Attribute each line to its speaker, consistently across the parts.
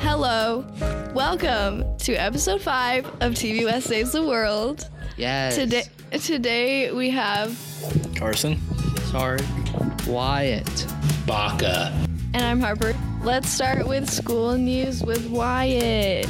Speaker 1: Hello. Welcome to episode five of TV West Saves the World.
Speaker 2: Yes.
Speaker 1: Today today we have
Speaker 3: Carson.
Speaker 2: Sorry. Wyatt.
Speaker 4: Baca.
Speaker 1: and I'm Harper. Let's start with school news with Wyatt.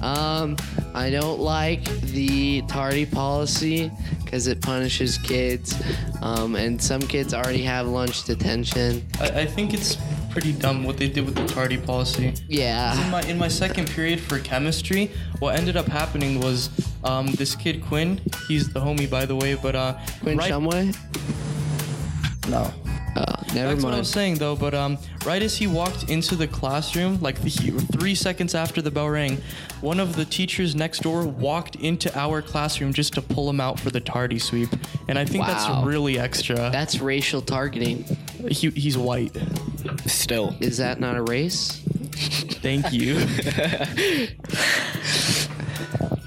Speaker 2: Um, I don't like the tardy policy because it punishes kids. Um, and some kids already have lunch detention.
Speaker 5: I, I think it's pretty dumb what they did with the tardy policy. In
Speaker 2: Yeah.
Speaker 5: my, in my second period for chemistry, what ended up happening was um, this kid Quinn, he's the homie by the way, but uh,
Speaker 2: Quinn
Speaker 5: right,
Speaker 2: Shumway?
Speaker 3: No.
Speaker 2: Oh, never
Speaker 5: That's what I
Speaker 2: mind.
Speaker 5: was saying though, but um, right as he walked into the classroom, like the, three seconds after the bell rang, one of the teachers next door walked into our classroom just to pull him out for the tardy sweep, and I think
Speaker 2: Wow.
Speaker 5: that's really extra.
Speaker 2: That's racial targeting.
Speaker 5: he, he's white.
Speaker 3: Still.
Speaker 2: Is that not a race?
Speaker 5: Thank you.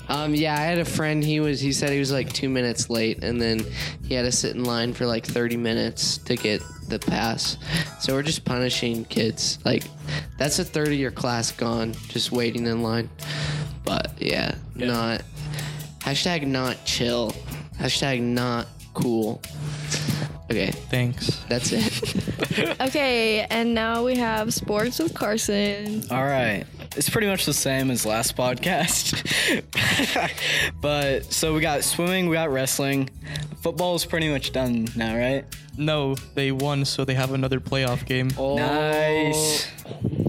Speaker 2: Um, yeah, I had a friend. He was. He said he was like two minutes late, and then he had to sit in line for like thirty minutes to get the pass. So we're just punishing kids. Like, that's a third-year class gone, just waiting in line. But yeah, not hashtag not chill. Hashtag not cool. Okay,
Speaker 5: Thanks.
Speaker 2: that's it.
Speaker 1: Okay, and now we have sports with Carson.
Speaker 3: All right. It's pretty much the same as last podcast. but so we got swimming, we got wrestling. Football is pretty much done now, right?
Speaker 5: No, they won, so they have another playoff game.
Speaker 3: Oh. Nice.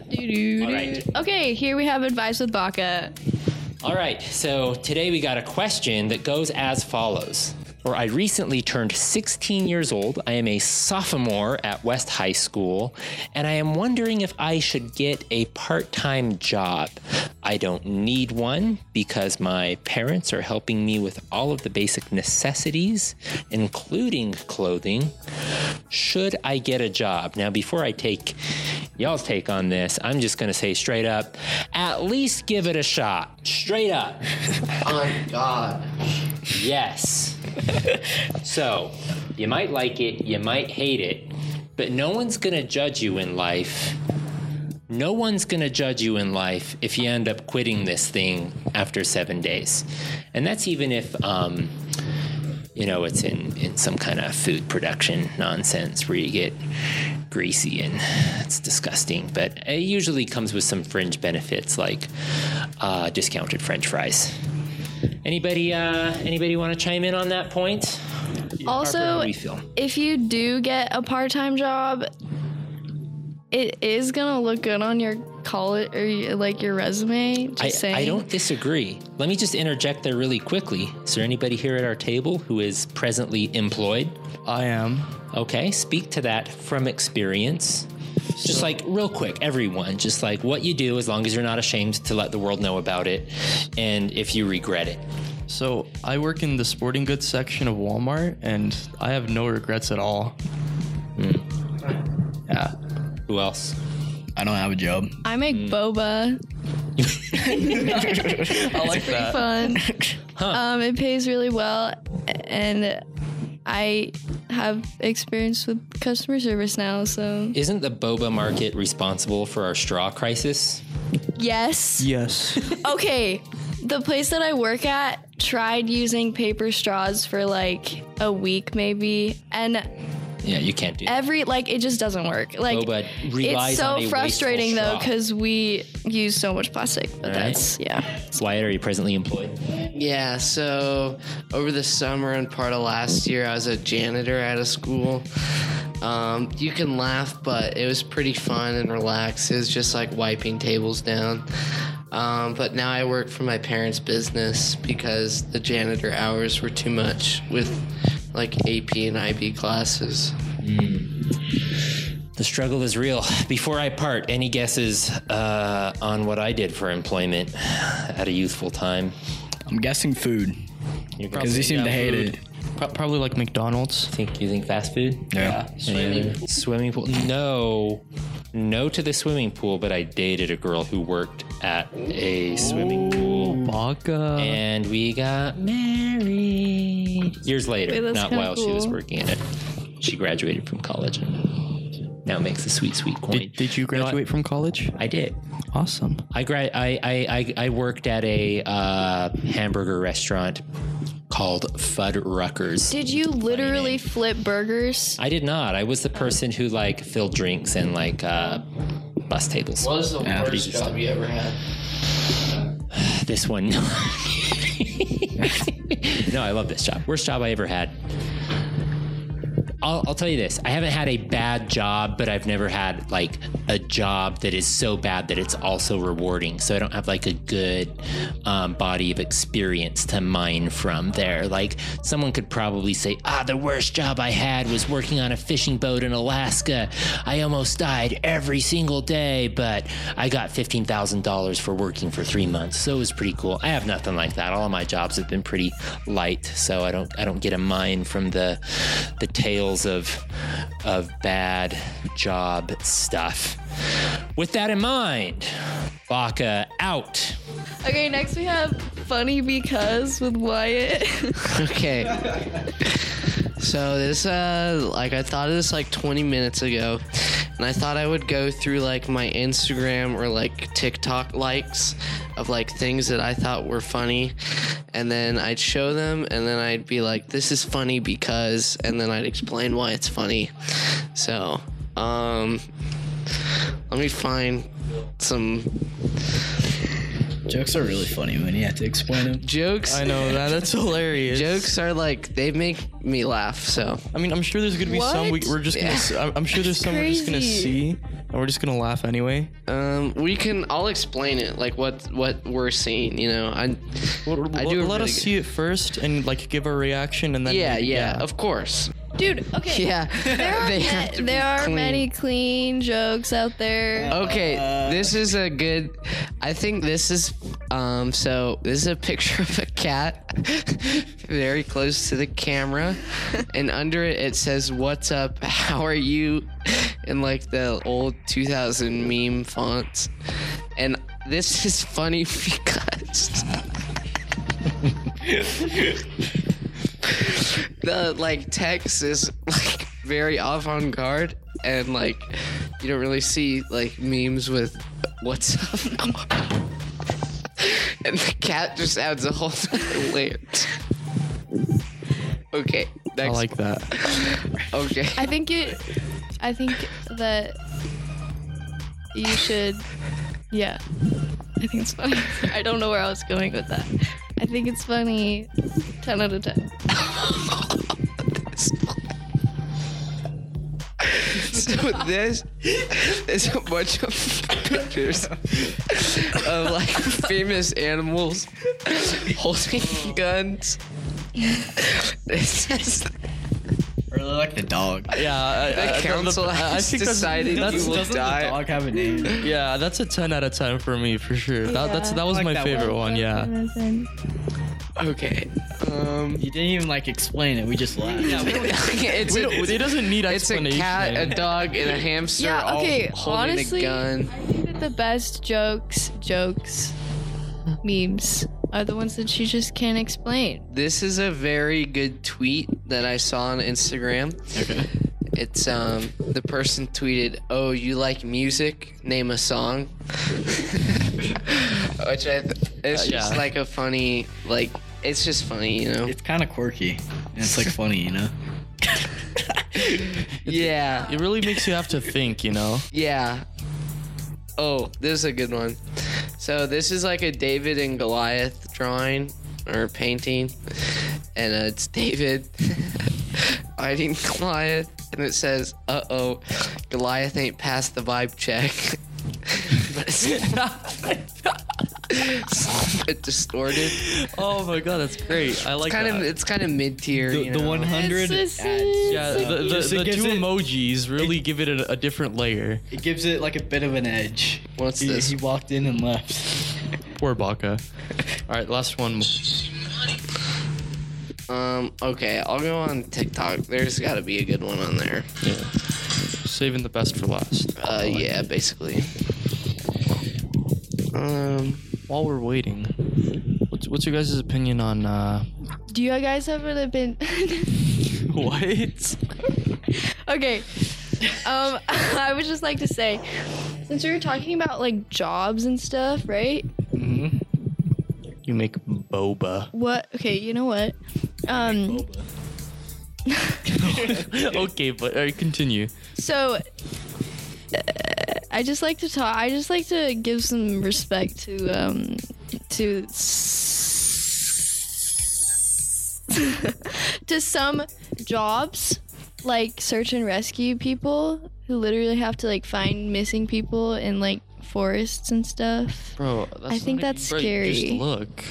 Speaker 1: Doo-doo-doo.
Speaker 4: Alright.
Speaker 1: Okay, here we have advice with Baca.
Speaker 4: All right, so today we got a question that goes as follows. Or I recently turned 16 years old. I am a sophomore at West High School, and I am wondering if I should get a part time job. I don't need one because my parents are helping me with all of the basic necessities, including clothing. Should I get a job? Now, before I take y'all's take on this, I'm just gonna say straight up at least give it a shot. Straight up.
Speaker 2: My God.
Speaker 4: Yes. so, you might like it, you might hate it, but no one's gonna judge you in life. No one's gonna judge you in life if you end up quitting this thing after seven days. And that's even if, um, you know, it's in, in some kind of food production nonsense where you get greasy and it's disgusting. But it usually comes with some fringe benefits like uh, discounted french fries. Anybody uh anybody want to chime in on that point?
Speaker 1: Also,
Speaker 4: do you feel?
Speaker 1: if you do get a part-time job, it is gonna look good on your college or your- like your resume. Just
Speaker 4: I,
Speaker 1: saying.
Speaker 4: I don't disagree. Let me just interject there really quickly. Is there anybody here at our table who is presently employed?
Speaker 5: I am.
Speaker 4: Okay, speak to that from experience. Just like real quick, everyone, just like what you do, as long as you're not ashamed to let the world know about it and if you regret it.
Speaker 5: So I work in the sporting goods section of Walmart, and I have no regrets at all. Hmm.
Speaker 3: Yeah.
Speaker 4: Who else?
Speaker 3: I don't have a job.
Speaker 1: I make
Speaker 4: Mm.
Speaker 1: boba.
Speaker 5: I like
Speaker 1: Pretty fun. Um, it pays really well, and I have experience with customer service now. So
Speaker 4: Isn't the boba market responsible for our straw crisis?
Speaker 1: yes.
Speaker 5: Yes.
Speaker 1: Okay, the place that I work at tried using paper straws for like a week maybe, and
Speaker 4: Yeah, you can't do that.
Speaker 1: every like it just doesn't work. Like
Speaker 4: Boba relies
Speaker 1: it's so
Speaker 4: on a wasteful
Speaker 1: frustrating though
Speaker 4: straw.
Speaker 1: because we use so much plastic. But
Speaker 4: Alright.
Speaker 1: that's yeah.
Speaker 4: Wyatt, are you presently employed?
Speaker 2: Yeah, so over the summer and part of last year, I was a janitor at a school. Um, you can laugh, but it was pretty fun and relaxed. It was just like wiping tables down. Um, but now I work for my parents' business because the janitor hours were too much with like AP and IB classes.
Speaker 4: The struggle is real. Before I part, any guesses uh, on what I did for employment at a youthful time?
Speaker 3: I'm guessing food.
Speaker 4: You're gonna
Speaker 3: Because you seem to hate it.
Speaker 5: Pro- probably like McDonald's.
Speaker 4: think you think fast food?
Speaker 3: Yeah.
Speaker 4: Swimming pool. Swimming pool? No, no to the swimming pool. But I dated a girl who worked at a swimming pool,
Speaker 5: Baca.
Speaker 4: and we got married years later.
Speaker 1: Wait, that's
Speaker 4: not
Speaker 1: kinda
Speaker 4: while she was
Speaker 1: cool.
Speaker 4: working in it. She graduated from college. Now makes a sweet, sweet coin.
Speaker 5: Did, did you
Speaker 4: know what?
Speaker 5: graduate from college?
Speaker 4: I did.
Speaker 5: Awesome.
Speaker 4: I grad I I, I, I worked at a uh, hamburger restaurant called Fudd Ruckers.
Speaker 1: Did you literally flip burgers?
Speaker 4: I did not. I was the person who like filled drinks and like uh, bus tables.
Speaker 2: What was the
Speaker 3: Yeah.
Speaker 2: worst job you ever had?
Speaker 4: This one. no, I love this job. Worst job I ever had. I'll, I'll tell you this. I haven't had a bad job, but I've never had like a job that is so bad that it's also rewarding. So I don't have like a good um, body of experience to mine from there. Like someone could probably say, ah, the worst job I had was working on a fishing boat in Alaska. I almost died every single day, but I got $15,000 for working for three months. So it was pretty cool. I have nothing like that. All of my jobs have been pretty light. So I don't, I don't get a mine from the, the tales of, of bad job stuff. With that in mind, Baka out.
Speaker 1: Okay, next we have funny because with Wyatt.
Speaker 2: Okay. so this uh like I thought of this like 20 minutes ago and I thought I would go through like my Instagram or like TikTok likes of like things that I thought were funny and then I'd show them and then I'd be like this is funny because and then I'd explain why it's funny. So, um let me find some
Speaker 3: Jokes are really funny when you have to explain them.
Speaker 2: jokes.
Speaker 5: I know that. That's hilarious.
Speaker 2: Jokes are like they make me laugh, so
Speaker 5: I mean, I'm sure there's gonna be some we,
Speaker 1: What?
Speaker 5: we're just gonna.
Speaker 2: Yeah.
Speaker 5: s- I'm I'm sure there's some we're just gonna see,
Speaker 1: crazy.
Speaker 5: and we're just gonna laugh anyway.
Speaker 2: Um, we can. I'll explain it, like what what we're seeing. You know, I.
Speaker 5: Well,
Speaker 2: I
Speaker 5: let-
Speaker 2: do a
Speaker 5: let
Speaker 2: really
Speaker 5: us
Speaker 2: good-
Speaker 5: see it first and like give our reaction, and then
Speaker 2: Yeah, yeah, of course.
Speaker 1: Dude, okay.
Speaker 2: Yeah,
Speaker 1: There are,
Speaker 2: They
Speaker 1: ma-
Speaker 2: have to be
Speaker 1: there are
Speaker 2: clean.
Speaker 1: many clean jokes out there.
Speaker 2: Okay, this is a good. I think this is. Um, so this is a picture of a cat, very close to the camera, and under it it says "What's up? How are you?" in like the old 2000 meme fonts, and this is funny because. the like text is like very avant garde and like you don't really see like memes with what's up and the cat just adds a whole other layer okay
Speaker 5: I
Speaker 2: next
Speaker 5: like that.
Speaker 2: okay
Speaker 1: I think it. I think that you should. Yeah, I think it's funny. I don't know where I was going with that. I think it's funny. Ten out of ten.
Speaker 2: so this is a bunch of pictures of like famous animals holding guns it says
Speaker 3: Really like the dog.
Speaker 5: Yeah, I, I-
Speaker 2: The
Speaker 5: I-
Speaker 2: council has decided
Speaker 5: that's-
Speaker 2: you will
Speaker 5: doesn't
Speaker 2: die.
Speaker 3: Dog have a name.
Speaker 5: yeah, that's a ten out of ten for me for sure. That, that's
Speaker 1: Yeah.
Speaker 5: that was
Speaker 3: I like
Speaker 5: my
Speaker 3: that
Speaker 5: favorite
Speaker 3: one.
Speaker 5: one. Yeah.
Speaker 2: Okay. Um,
Speaker 3: You didn't even like explain it. We just laughed.
Speaker 2: it's
Speaker 5: We
Speaker 2: a,
Speaker 5: don't- it
Speaker 2: it's,
Speaker 5: doesn't need
Speaker 2: it's a
Speaker 5: explanation.
Speaker 2: cat, a dog, and a hamster
Speaker 1: Yeah. Okay.
Speaker 2: all holding
Speaker 1: Honestly,
Speaker 2: a gun.
Speaker 1: I think that the best jokes, jokes, memes are the ones that you just can't explain.
Speaker 2: This is a very good tweet that I saw on Instagram.
Speaker 5: Okay.
Speaker 2: It's um the person tweeted, "Oh, you like music? Name a song." Which I th- it's
Speaker 5: Uh, yeah.
Speaker 2: just like a funny like it's just funny, you know.
Speaker 3: It's kind of quirky. And it's like funny, you know?
Speaker 2: yeah.
Speaker 5: It really makes you have to think, you know.
Speaker 2: Yeah. Oh, this is a good one. So this is like a David and Goliath drawing or painting, and uh, it's David fighting Goliath, and it says, "Uh oh, Goliath ain't passed the vibe check." but it's, it's a bit distorted.
Speaker 5: Oh my god, that's great. I like
Speaker 2: Kind
Speaker 5: that.
Speaker 2: of, it's kind of mid tier.
Speaker 3: uh, The,
Speaker 2: you
Speaker 3: the
Speaker 2: know?
Speaker 3: 100
Speaker 1: It's so
Speaker 3: adds-
Speaker 1: sad.
Speaker 5: yeah, the, the,
Speaker 3: Just it
Speaker 5: the
Speaker 3: gives
Speaker 5: two
Speaker 3: it-
Speaker 5: emojis really give it a, a different layer.
Speaker 3: It gives it like a bit of an edge.
Speaker 2: What's
Speaker 3: He,
Speaker 2: this?
Speaker 3: he walked in and left.
Speaker 5: Poor Baka. All right, last one.
Speaker 2: Um. Okay, I'll go on TikTok. There's got to be a good one on there.
Speaker 5: Yeah. Saving the best for last.
Speaker 2: Uh, yeah, basically. Um,
Speaker 5: While we're waiting, what's, what's your guys' opinion on uh,
Speaker 1: Do you guys have an opinion?
Speaker 5: what?
Speaker 1: okay. Um, I would just like to say, since we were talking about like jobs and stuff, right?
Speaker 5: Hmm? You make boba.
Speaker 1: What? Okay, you know what? Um,
Speaker 5: okay, but uh, continue.
Speaker 1: so uh, I just like to talk. I just like to give some respect to um to s- to some jobs like search and rescue people who literally have to like find missing people in like forests and stuff.
Speaker 5: Bro, that's
Speaker 1: I think
Speaker 5: not
Speaker 1: that's
Speaker 5: even- bro,
Speaker 1: scary.
Speaker 5: Just look.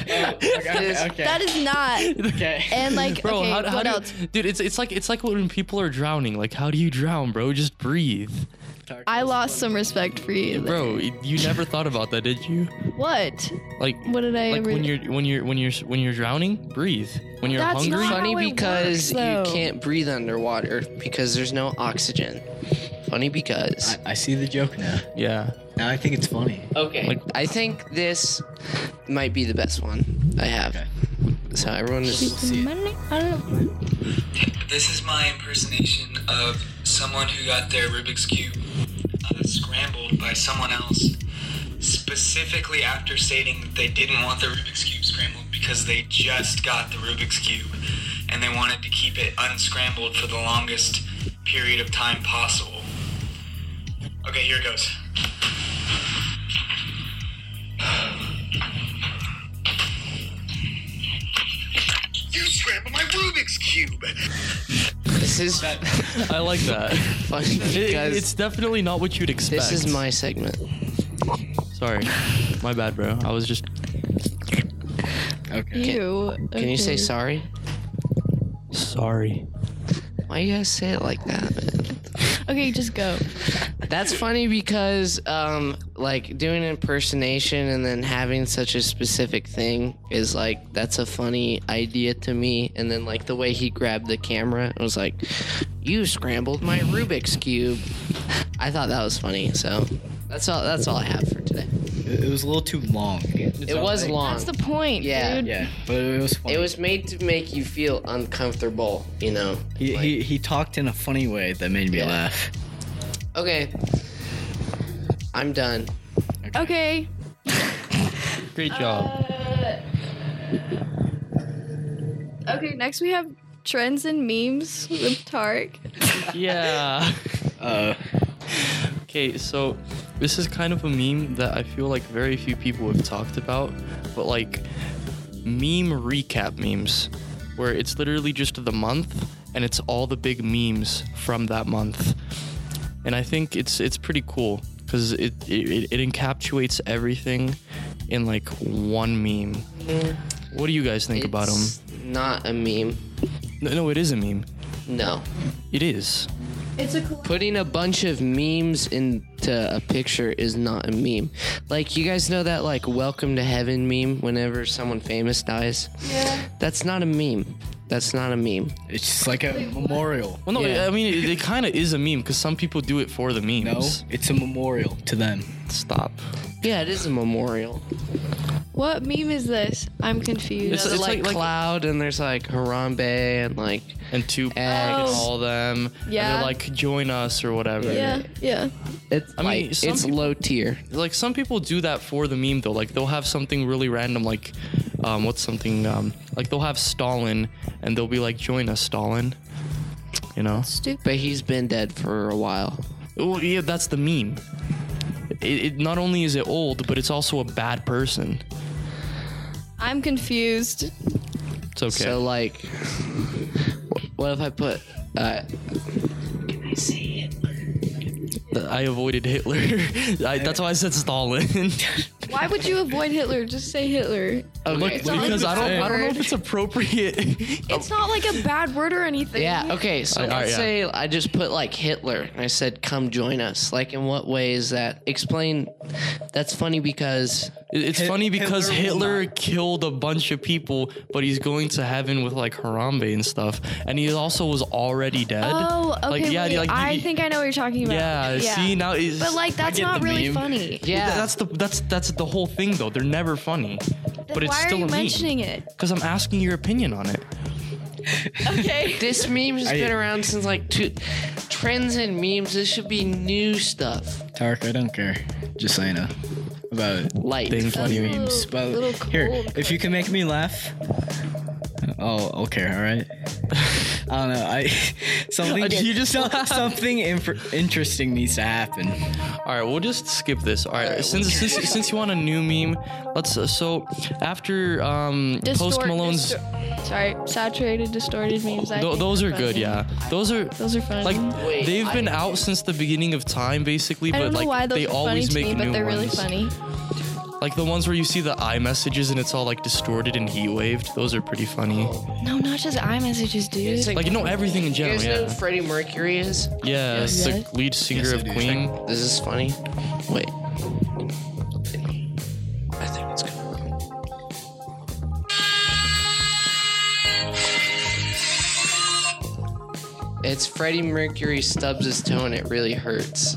Speaker 3: Okay, okay, okay.
Speaker 1: That is not.
Speaker 3: okay.
Speaker 1: And like,
Speaker 5: Bro,
Speaker 1: okay,
Speaker 5: how, how
Speaker 1: what
Speaker 5: do you-
Speaker 1: else?
Speaker 5: dude? It's it's like it's like when people are drowning. Like, how do you drown, bro? Just breathe,
Speaker 1: I lost some respect for you. there.
Speaker 5: bro. y- You never thought about that, did you?
Speaker 1: What?
Speaker 5: Like,
Speaker 1: What did I
Speaker 5: like
Speaker 1: ever?
Speaker 5: when you're when you're when you're when you're drowning, breathe. When you're
Speaker 1: That's
Speaker 5: hungry,
Speaker 1: not-
Speaker 2: Funny
Speaker 1: how it
Speaker 2: because
Speaker 1: works,
Speaker 2: you
Speaker 1: though.
Speaker 2: can't breathe underwater because there's no oxygen. Funny because.
Speaker 3: I, I see the joke now.
Speaker 5: yeah.
Speaker 3: Now I think it's funny.
Speaker 2: Okay.
Speaker 5: Like-
Speaker 2: I think this might be the best one I have. So everyone is.
Speaker 1: Money? I don't know.
Speaker 6: This is my impersonation of someone who got their Rubik's Cube uh, scrambled by someone else, specifically after stating that they didn't want the Rubik's Cube scrambled because they just got the Rubik's Cube and they wanted to keep it unscrambled for the longest period of time possible. Okay, here it goes. You scrambled my Rubik's Cube!
Speaker 2: This is
Speaker 5: I like that.
Speaker 2: funny
Speaker 5: It-
Speaker 2: because
Speaker 5: it's definitely not what you'd expect.
Speaker 2: this is my segment.
Speaker 5: Sorry, my bad, bro. I was just
Speaker 3: Okay.
Speaker 1: You.
Speaker 2: Can you say
Speaker 1: okay.
Speaker 2: sorry?
Speaker 5: sorry.
Speaker 2: Why you guys say it like that, man?
Speaker 1: Okay, just go.
Speaker 2: That's funny because, um, like, doing an impersonation and then having such a specific thing is like, that's a funny idea to me. And then, like, the way he grabbed the camera it was like, You scrambled my Rubik's Cube. I thought that was funny. So that's all, that's all I have for today.
Speaker 3: It it was a little too long.
Speaker 2: It was long.
Speaker 1: That's the point,
Speaker 2: Yeah.
Speaker 1: dude.
Speaker 3: Yeah, but it was funny.
Speaker 2: It was made to make you feel uncomfortable, you know?
Speaker 3: He,
Speaker 2: Like-
Speaker 3: he, he talked in a funny way that made me laugh.
Speaker 2: Okay. I'm done.
Speaker 1: Okay. Uh,
Speaker 5: Great job.
Speaker 1: Okay, next we have trends and memes with Tark.
Speaker 5: yeah.
Speaker 3: Uh,
Speaker 5: Okay, so this is kind of a meme that I feel like very few people have talked about, but like meme recap memes, where it's literally just the month and it's all the big memes from that month. And I think it's it's pretty cool because it, it it encapsulates everything in like one meme. What do you guys think about them?
Speaker 2: It's Not a meme.
Speaker 5: No, no, it is a meme.
Speaker 2: No.
Speaker 5: It is.
Speaker 1: It's a cool.
Speaker 2: Putting a bunch of memes into a picture is not a meme. Like you guys know that like welcome to heaven meme whenever someone famous dies?
Speaker 1: Yeah.
Speaker 2: That's not a meme. That's not a meme.
Speaker 3: it's just like a memorial.
Speaker 5: Well, no,
Speaker 2: Yeah.
Speaker 5: I mean it, it kind of is a meme because some people do it for the
Speaker 3: No,
Speaker 5: memes.
Speaker 3: it's a memorial to them.
Speaker 5: Stop.
Speaker 2: Yeah, it is a memorial.
Speaker 1: What meme is this? I'm confused.
Speaker 5: It's-
Speaker 2: There's
Speaker 5: it's
Speaker 2: like,
Speaker 5: like- like-
Speaker 2: cloud and there's like Harambe and like
Speaker 5: and Tupac and
Speaker 2: Eggs.
Speaker 5: all them. And
Speaker 1: Yeah.
Speaker 5: they're like, join us or whatever.
Speaker 1: yeah, yeah.
Speaker 2: it's
Speaker 5: I mean,
Speaker 2: like,
Speaker 5: some
Speaker 2: it's
Speaker 5: people-
Speaker 2: low tier.
Speaker 5: Like some people do that for the meme though. Like they'll have something really random like um, what's something um, like they'll have Stalin and they'll be like, join us, Stalin. You know?
Speaker 1: Stupid.
Speaker 2: But he's been dead for a while.
Speaker 5: Well, yeah, that's the meme. It, it not only is it old, but it's also a bad person.
Speaker 1: I'm confused.
Speaker 5: It's okay.
Speaker 2: So like, what if I put? Uh,
Speaker 5: I avoided Hitler. I, that's why I said Stalin.
Speaker 1: Why would you avoid Hitler? Just say Hitler.
Speaker 5: Look,
Speaker 2: okay.
Speaker 1: not
Speaker 5: because I don't, I don't know
Speaker 1: word.
Speaker 5: if it's appropriate.
Speaker 1: It's not like a bad word or anything.
Speaker 2: Yeah. Okay. So
Speaker 5: All right,
Speaker 2: let's
Speaker 5: yeah.
Speaker 2: say I just put like Hitler and I said, "Come join us." Like, in what way is that? Explain. That's funny because
Speaker 5: It- It's
Speaker 3: Hit-
Speaker 5: funny because
Speaker 3: Hitler will
Speaker 5: Hitler, killed a bunch of people, but he's going to heaven with like Harambe and stuff, and he also was already dead.
Speaker 1: Oh, okay.
Speaker 5: Like, yeah,
Speaker 1: wait,
Speaker 5: like,
Speaker 1: I
Speaker 5: you-
Speaker 1: think I know what you're talking about.
Speaker 5: Yeah, See now, it's,
Speaker 1: But like, that's
Speaker 3: get
Speaker 1: not
Speaker 3: the
Speaker 1: really
Speaker 3: meme.
Speaker 1: funny.
Speaker 5: Th-
Speaker 2: yeah,
Speaker 5: that's the that's that's the whole thing though. They're never funny,
Speaker 1: Then
Speaker 5: but it's
Speaker 1: why
Speaker 5: still
Speaker 1: are you
Speaker 5: a
Speaker 1: mentioning it?
Speaker 5: Because I'm asking your opinion on it.
Speaker 1: Okay.
Speaker 2: This meme has
Speaker 3: Are you-
Speaker 2: been around since like two trends and memes. This should be new stuff.
Speaker 3: Tark, I don't care. Just so you know about
Speaker 2: Light.
Speaker 3: things
Speaker 1: That's
Speaker 3: funny
Speaker 1: a
Speaker 3: memes. But
Speaker 1: little
Speaker 3: here,
Speaker 1: cold,
Speaker 3: if you can make me laugh, I'll, I'll care. All right. I don't know. I something.
Speaker 5: You just
Speaker 3: some-
Speaker 5: laughed.
Speaker 3: something inf- interesting needs to happen.
Speaker 5: All right, we'll just skip this. All right, since since, since you want a new meme, let's. Uh, so after um,
Speaker 1: Distort-
Speaker 5: Post Malone's,
Speaker 1: distor- sorry, saturated, distorted memes. I
Speaker 5: tho-
Speaker 1: think
Speaker 5: those are
Speaker 1: funny.
Speaker 5: good. Yeah, those are
Speaker 1: Those are funny.
Speaker 5: like
Speaker 2: Wait,
Speaker 5: they've been
Speaker 2: I-
Speaker 5: out since the beginning of time, basically.
Speaker 1: I
Speaker 5: but
Speaker 1: don't know
Speaker 5: like
Speaker 1: why those
Speaker 5: they
Speaker 1: are funny
Speaker 5: always
Speaker 1: to
Speaker 5: make
Speaker 1: me,
Speaker 5: new
Speaker 1: but they're
Speaker 5: ones.
Speaker 1: really funny.
Speaker 5: Like the ones where you see the eye messages and it's all like distorted and heat waved. Those are pretty funny.
Speaker 1: No, not just iMessages, dude.
Speaker 2: It's
Speaker 5: Like you know everything in
Speaker 2: you
Speaker 5: general.
Speaker 2: guys know who
Speaker 5: Yeah,
Speaker 2: Freddie Mercury is?
Speaker 5: yeah. It's the
Speaker 1: Yes.
Speaker 5: lead singer
Speaker 3: Yes, I
Speaker 5: of
Speaker 3: do.
Speaker 5: Queen.
Speaker 2: This is funny. Wait. I think it's gonna work. It's Freddie Mercury stubs his toe and it really hurts.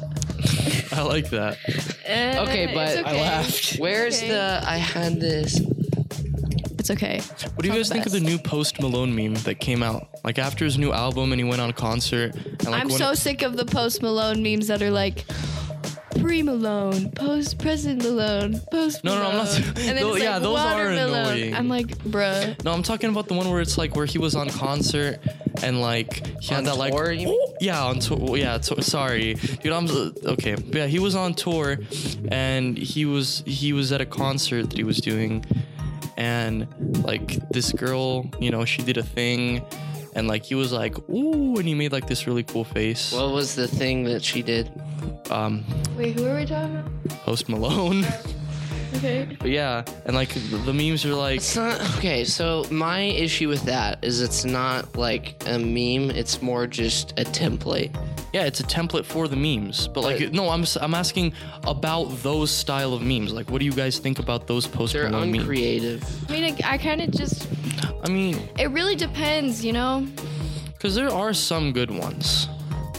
Speaker 5: I like that.
Speaker 1: Eh,
Speaker 2: Okay, but
Speaker 1: it's
Speaker 2: I
Speaker 1: okay.
Speaker 5: laughed.
Speaker 2: Where's
Speaker 1: Okay.
Speaker 2: the I had this?
Speaker 1: It's okay.
Speaker 5: What do you guys
Speaker 1: It's not
Speaker 5: think
Speaker 1: the
Speaker 5: of the new Post Malone meme that came out? Like after his new album and he went on a concert. And like
Speaker 1: I'm
Speaker 5: one-
Speaker 1: so sick of the post Malone memes that are like pre Malone, post present Malone, post
Speaker 5: No,
Speaker 1: Malone.
Speaker 5: no, I'm not-
Speaker 1: And then
Speaker 5: Tho-
Speaker 1: it's
Speaker 5: yeah,
Speaker 1: like,
Speaker 5: those are
Speaker 1: water Malone.
Speaker 5: annoying.
Speaker 1: I'm like, bruh.
Speaker 5: No, I'm talking about the one where it's like where he was on concert and like he
Speaker 2: On
Speaker 5: had that
Speaker 2: tour,
Speaker 5: like
Speaker 2: you mean?
Speaker 5: yeah on tour yeah to- sorry dude I'm uh, okay yeah he was on tour and he was he was at a concert that he was doing and like this girl you know she did a thing and like he was like ooh and he made like this really cool face
Speaker 2: What was the thing that she did?
Speaker 5: um
Speaker 1: Wait, who are we talking about?
Speaker 5: Post Malone
Speaker 1: Okay.
Speaker 5: but yeah and like the memes are like
Speaker 2: It's not
Speaker 1: Uh.
Speaker 2: okay. So my issue with that is it's not like a meme. It's more just a template.
Speaker 5: Yeah, it's a template for the memes. But like,
Speaker 2: But-
Speaker 5: no, I'm s- I'm asking about those style of memes. Like, what do you guys think about those post
Speaker 2: They're
Speaker 5: Malone memes?
Speaker 2: uncreative.
Speaker 1: I mean, I, I kind of just,
Speaker 5: I mean,
Speaker 1: it really depends, you know?
Speaker 5: because there are some good ones.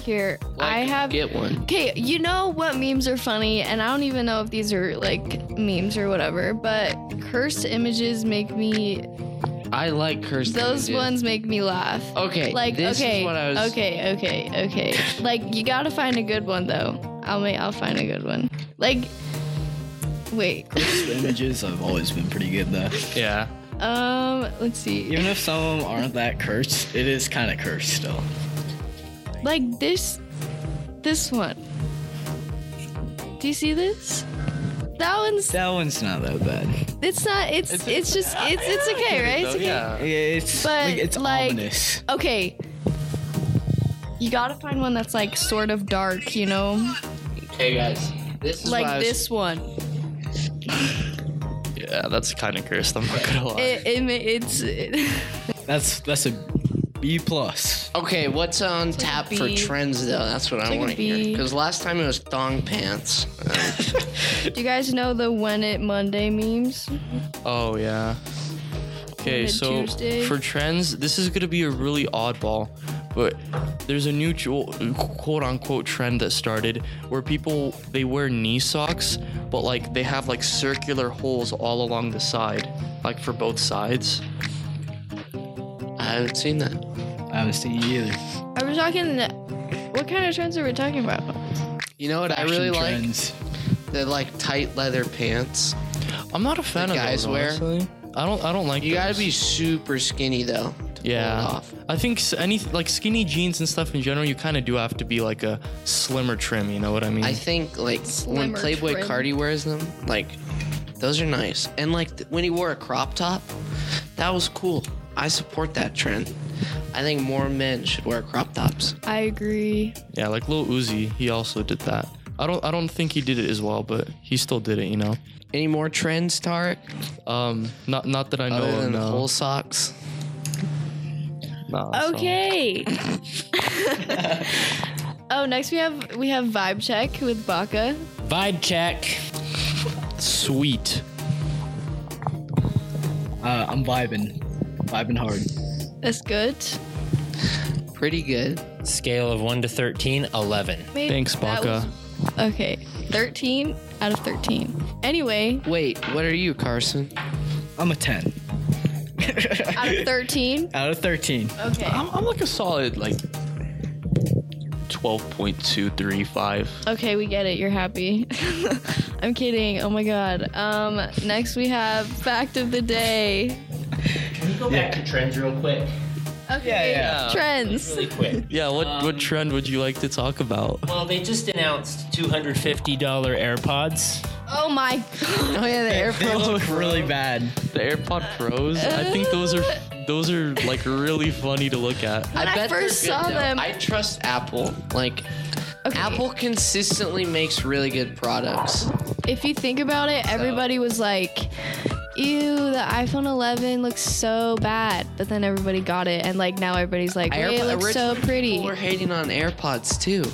Speaker 1: Here, I
Speaker 2: Like,
Speaker 1: have.
Speaker 2: get one.
Speaker 1: Okay, you know what memes are funny, and I don't even know if these are like memes or whatever, but cursed images make me,
Speaker 2: I like cursed.
Speaker 1: those
Speaker 2: images.
Speaker 1: ones make me laugh.
Speaker 2: Okay.
Speaker 1: Like,
Speaker 2: this
Speaker 1: okay,
Speaker 2: Is what I was,
Speaker 1: okay, okay, okay. Like, you gotta find a good one though. I'll make, I'll find a good one. Like, wait,
Speaker 3: The images have always been pretty good though.
Speaker 5: Yeah.
Speaker 1: um, let's see.
Speaker 3: Even if some of them aren't that cursed, it is kind of cursed still.
Speaker 1: Like this, this one. Do you see this? That one's.
Speaker 3: That one's not that bad.
Speaker 1: It's not. It's. It's, just. It's. It's okay, right? It's okay.
Speaker 3: It's
Speaker 1: But,
Speaker 3: like it's
Speaker 1: like-
Speaker 3: ominous.
Speaker 1: Okay. You gotta find one that's like sort of dark, you know,
Speaker 2: Hey guys. This is what I
Speaker 1: like
Speaker 2: was-
Speaker 1: this one.
Speaker 5: Yeah, that's kind of cursed. I'm not gonna lie.
Speaker 1: It. it ma- it's.
Speaker 3: That's that's a B plus.
Speaker 2: Okay, what's on tap for
Speaker 1: bee.
Speaker 2: trends though? That's what I
Speaker 1: like a
Speaker 2: want to hear.
Speaker 1: bee.
Speaker 2: Because last time it was thong pants.
Speaker 1: Do you guys know the When It Monday memes?
Speaker 5: oh yeah. Okay,
Speaker 1: Mid
Speaker 5: so
Speaker 1: Tuesday.
Speaker 5: for trends, this is gonna be a really oddball, but there's a new jo- quote unquote trend that started where people they wear knee socks, but like they have like circular holes all along the side, like for both sides.
Speaker 2: I haven't seen that.
Speaker 3: I haven't seen it either.
Speaker 1: Are we talking? What kind of trends are we talking about?
Speaker 2: You know what I really
Speaker 3: Action
Speaker 2: like?
Speaker 3: trends.
Speaker 2: They're like tight leather pants.
Speaker 5: I'm not a fan
Speaker 2: That
Speaker 5: of
Speaker 2: guys
Speaker 5: those,
Speaker 2: wear.
Speaker 5: honestly. I don't. I don't like.
Speaker 2: You gotta
Speaker 5: those.
Speaker 2: be super skinny though. To
Speaker 5: Yeah.
Speaker 2: Pull it off.
Speaker 5: I think s- any like skinny jeans and stuff in general, you kind of do have to be like a slimmer trim. You know what I mean?
Speaker 2: I think like when
Speaker 1: Slimmer
Speaker 2: Playboy
Speaker 1: trim.
Speaker 2: Cardi wears them, like those are nice. And like th- when he wore a crop top, that was cool. I support that trend. I think more men should wear crop tops.
Speaker 1: I agree.
Speaker 5: yeah, like Lil Uzi, he also did that. I don't. I don't think he did it as well, but he still did it. You know.
Speaker 2: Any more trends, Tarek?
Speaker 5: Um. Not. Not that I know.
Speaker 2: Other
Speaker 5: of,
Speaker 2: than
Speaker 5: no.
Speaker 2: the whole socks.
Speaker 5: Nah, so-
Speaker 1: Okay. oh, next we have we have vibe check with Baka.
Speaker 4: Vibe check.
Speaker 5: Sweet.
Speaker 3: Uh, I'm vibing, vibing hard.
Speaker 1: That's good.
Speaker 2: Pretty good.
Speaker 4: Scale of 1 to 13, 11.
Speaker 1: Maybe
Speaker 5: Thanks,
Speaker 1: that
Speaker 5: Baka.
Speaker 1: was- okay, thirteen out of thirteen. Anyway, Oh,
Speaker 2: Wait, what are you, Carson?
Speaker 3: I'm a ten.
Speaker 1: Out of 13?
Speaker 3: Out of 13.
Speaker 1: Okay.
Speaker 7: I'm, I'm like a solid like 12.235.
Speaker 1: Okay, we get it. You're happy. I'm kidding. Oh my god. Um, next we have fact of the day.
Speaker 4: Can we go back to trends real quick?
Speaker 1: Okay.
Speaker 3: yeah.
Speaker 1: Trends.
Speaker 4: Really quick.
Speaker 5: Yeah, what,
Speaker 4: Um,
Speaker 5: what trend would you like to talk about?
Speaker 4: Well, they just announced $250 AirPods.
Speaker 1: Oh my.
Speaker 2: Oh yeah, the
Speaker 3: They
Speaker 2: AirPods.
Speaker 3: look really bad.
Speaker 5: The AirPod Pros? I think those are those are like really funny to look at.
Speaker 1: When I,
Speaker 2: bet they're
Speaker 1: first
Speaker 2: good,
Speaker 1: saw
Speaker 2: though.
Speaker 1: them.
Speaker 2: I trust Apple. Like
Speaker 1: Okay.
Speaker 2: Apple consistently makes really good products.
Speaker 1: If you think about it, everybody was like, "Ew, the iPhone 11 looks so bad," but then everybody got it, and like now everybody's like, "Wait, it
Speaker 2: AirPod-
Speaker 1: looks so
Speaker 2: originally
Speaker 1: pretty."
Speaker 2: People were hating on AirPods too.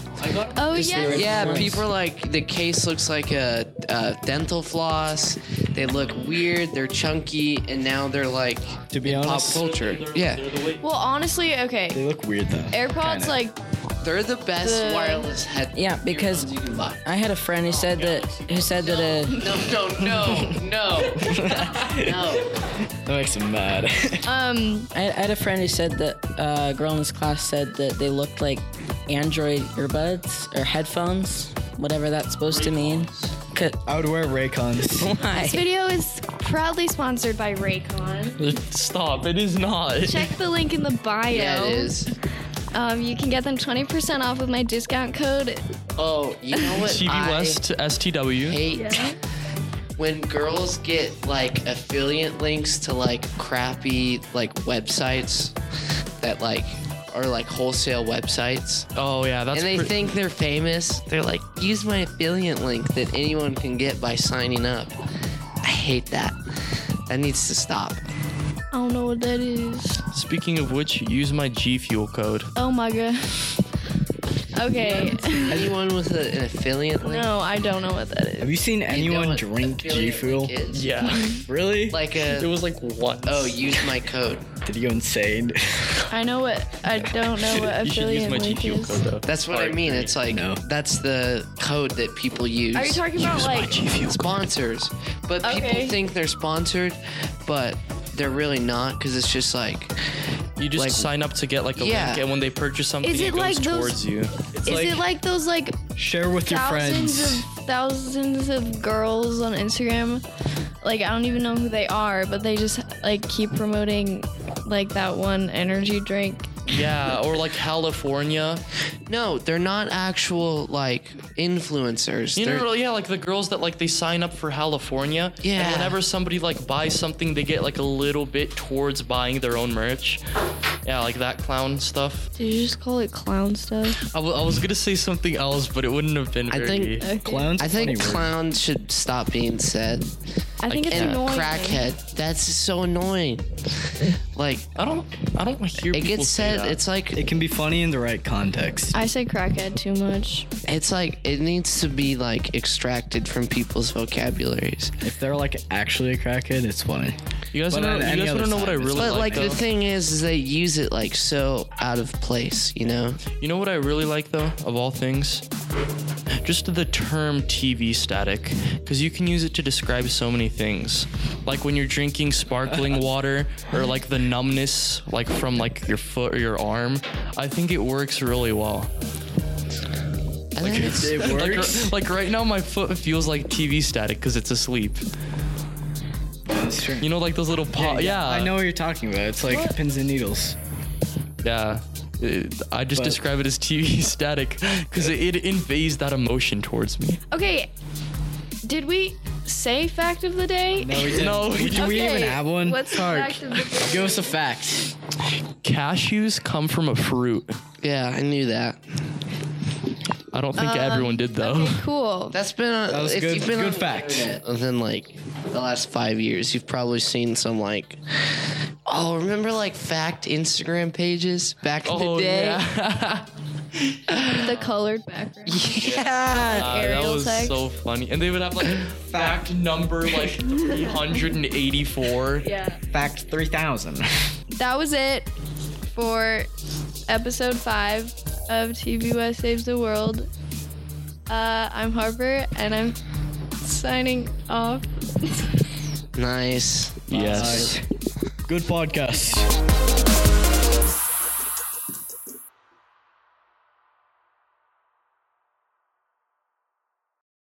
Speaker 1: Oh yeah.
Speaker 2: Yeah, people are like the case looks like a, a dental floss. They look weird. They're chunky, and now they're like
Speaker 3: To be
Speaker 2: in
Speaker 3: honest-
Speaker 2: pop culture. yeah,
Speaker 1: Well, honestly,
Speaker 3: They
Speaker 1: okay.
Speaker 3: look weird though.
Speaker 1: AirPods
Speaker 3: Kinda.
Speaker 1: like
Speaker 2: they're the best
Speaker 1: The-
Speaker 2: wireless head.
Speaker 8: Yeah, because-
Speaker 2: earphones you can buy.
Speaker 8: I had a friend who said that who said that uh, a
Speaker 2: No, no, no, no, no.
Speaker 3: That makes them mad.
Speaker 1: um
Speaker 8: I, I had a friend who said that uh, a girl in his class said that they looked like Android earbuds or headphones, whatever that's supposed to mean. Could,
Speaker 3: I would wear Raycons.
Speaker 1: this video is proudly sponsored by Raycon.
Speaker 5: Stop! It is not.
Speaker 1: Check the link in the bio.
Speaker 2: Yeah, it is.
Speaker 1: Um, you can get them 20% off with my discount code.
Speaker 2: Oh, you know what?
Speaker 5: TV
Speaker 2: I
Speaker 5: West STW.
Speaker 2: hate when girls get like affiliate links to like crappy like websites that like are like wholesale websites
Speaker 5: Oh yeah, that's
Speaker 2: and they
Speaker 5: pre-
Speaker 2: think they're famous they're like use my affiliate link that anyone can get by signing up i hate that that needs to stop
Speaker 1: I don't know what that is.
Speaker 5: Speaking of which, use my G Fuel code.
Speaker 1: Oh my god. Okay.
Speaker 2: anyone with a, an affiliate link
Speaker 1: No, I don't know what that is.
Speaker 3: Have you seen
Speaker 2: you know
Speaker 3: anyone
Speaker 2: what
Speaker 3: drink G
Speaker 2: affiliate
Speaker 3: Fuel?
Speaker 2: link is?
Speaker 5: Yeah,
Speaker 3: Really?
Speaker 2: like
Speaker 5: it
Speaker 2: a
Speaker 5: was like once.
Speaker 2: oh use my code
Speaker 3: Did you go insane?
Speaker 1: I know what. I don't know what
Speaker 5: you should use
Speaker 1: affiliate
Speaker 5: my G
Speaker 1: link
Speaker 5: Fuel
Speaker 1: is.
Speaker 5: code though.
Speaker 2: that's what i
Speaker 5: Alright,
Speaker 2: mean it's like
Speaker 3: No.
Speaker 2: that's the code that people use
Speaker 1: Are you talking about like?
Speaker 2: sponsors, but
Speaker 1: Okay.
Speaker 2: people think they're sponsored, but they're really not because it's just like
Speaker 5: You just
Speaker 2: Like-
Speaker 5: sign up to get like a
Speaker 2: Yeah.
Speaker 5: link, and when they purchase something,
Speaker 1: Is
Speaker 5: it,
Speaker 1: it
Speaker 5: goes
Speaker 1: like those-
Speaker 5: towards you. It's
Speaker 1: Is it like those like
Speaker 3: Share with your
Speaker 1: thousands
Speaker 3: friends.
Speaker 1: of thousands of girls on Instagram? Like I don't even know who they are, but they just like keep promoting like that one energy drink.
Speaker 5: yeah, or like California.
Speaker 2: no, they're not actual like influencers.
Speaker 5: You
Speaker 2: they're,
Speaker 5: know, yeah, like the girls that like they sign up for California.
Speaker 2: Yeah.
Speaker 5: And whenever somebody like buys something, they get like a little bit towards buying their own merch. Yeah, like that clown stuff.
Speaker 1: Did you just call it clown stuff?
Speaker 5: I, w- I was gonna say something else, but it wouldn't have been
Speaker 2: I
Speaker 5: very.
Speaker 2: think-
Speaker 1: Okay.
Speaker 3: Clowns.
Speaker 2: I
Speaker 3: funny
Speaker 2: think
Speaker 3: word.
Speaker 2: clowns should stop being said.
Speaker 1: I think it's
Speaker 2: And
Speaker 1: annoying.
Speaker 2: crackhead, that's so annoying. like
Speaker 5: I don't. I don't hear.
Speaker 2: it
Speaker 5: people
Speaker 2: gets
Speaker 5: say
Speaker 2: said,
Speaker 5: that.
Speaker 2: it's like
Speaker 3: It can be funny in the right context.
Speaker 1: I say crackhead too much.
Speaker 2: it's like it needs to be like extracted from people's vocabularies.
Speaker 3: If they're like actually a crackhead, it's funny.
Speaker 5: You guys
Speaker 3: But
Speaker 5: wanna,
Speaker 3: on
Speaker 5: you
Speaker 3: any
Speaker 5: guys wanna
Speaker 3: other
Speaker 5: know what I
Speaker 3: side, it's
Speaker 5: really
Speaker 2: But like
Speaker 5: like? uh,
Speaker 2: the
Speaker 5: though?
Speaker 2: thing is, is they use it like so out of place, you know?
Speaker 5: you know what I really like though, of all things, just the term TV static, because you can use it to describe so many things, like when you're drinking sparkling water or like the numbness, like from like your foot or your arm. I think it works really well.
Speaker 2: I think it's-
Speaker 3: It
Speaker 5: Like,
Speaker 3: works.
Speaker 5: like right now, my foot feels like TV static because it's asleep.
Speaker 3: That's true.
Speaker 5: You know, like those little paw. Uh, Yeah,
Speaker 3: I know what you're talking about. It's like pins and needles.
Speaker 5: Yeah. It- I just
Speaker 3: But-
Speaker 5: describe it as TV static because it, it invades that emotion towards me.
Speaker 1: Okay, did we say fact of the day?
Speaker 3: No, we didn't.
Speaker 5: No, we
Speaker 3: do we
Speaker 1: Okay,
Speaker 3: even have one?
Speaker 1: What's the
Speaker 3: Tark,
Speaker 1: fact of the day?
Speaker 3: Give us a fact.
Speaker 5: Cashews come from a fruit.
Speaker 2: yeah, I knew that.
Speaker 5: I don't think everyone did though.
Speaker 1: Um, Okay, cool.
Speaker 2: That's been on,
Speaker 3: That was
Speaker 2: if
Speaker 3: good-
Speaker 2: you've been
Speaker 3: good
Speaker 2: on the
Speaker 3: fact.
Speaker 2: internet Within like the last five years, you've probably seen some like, oh, remember like fact Instagram pages back in
Speaker 5: Oh
Speaker 2: the day?
Speaker 5: yeah, Ah,
Speaker 1: The colored background.
Speaker 5: that
Speaker 1: Arial
Speaker 5: was
Speaker 1: text.
Speaker 5: so funny. And they would have like fact number like 384.
Speaker 1: yeah.
Speaker 3: Fact 3000.
Speaker 1: That was it for episode five of TV West Saves the World. Uh, I'm Harper, and I'm signing off.
Speaker 2: Nice.
Speaker 5: Yes.
Speaker 3: Good podcast.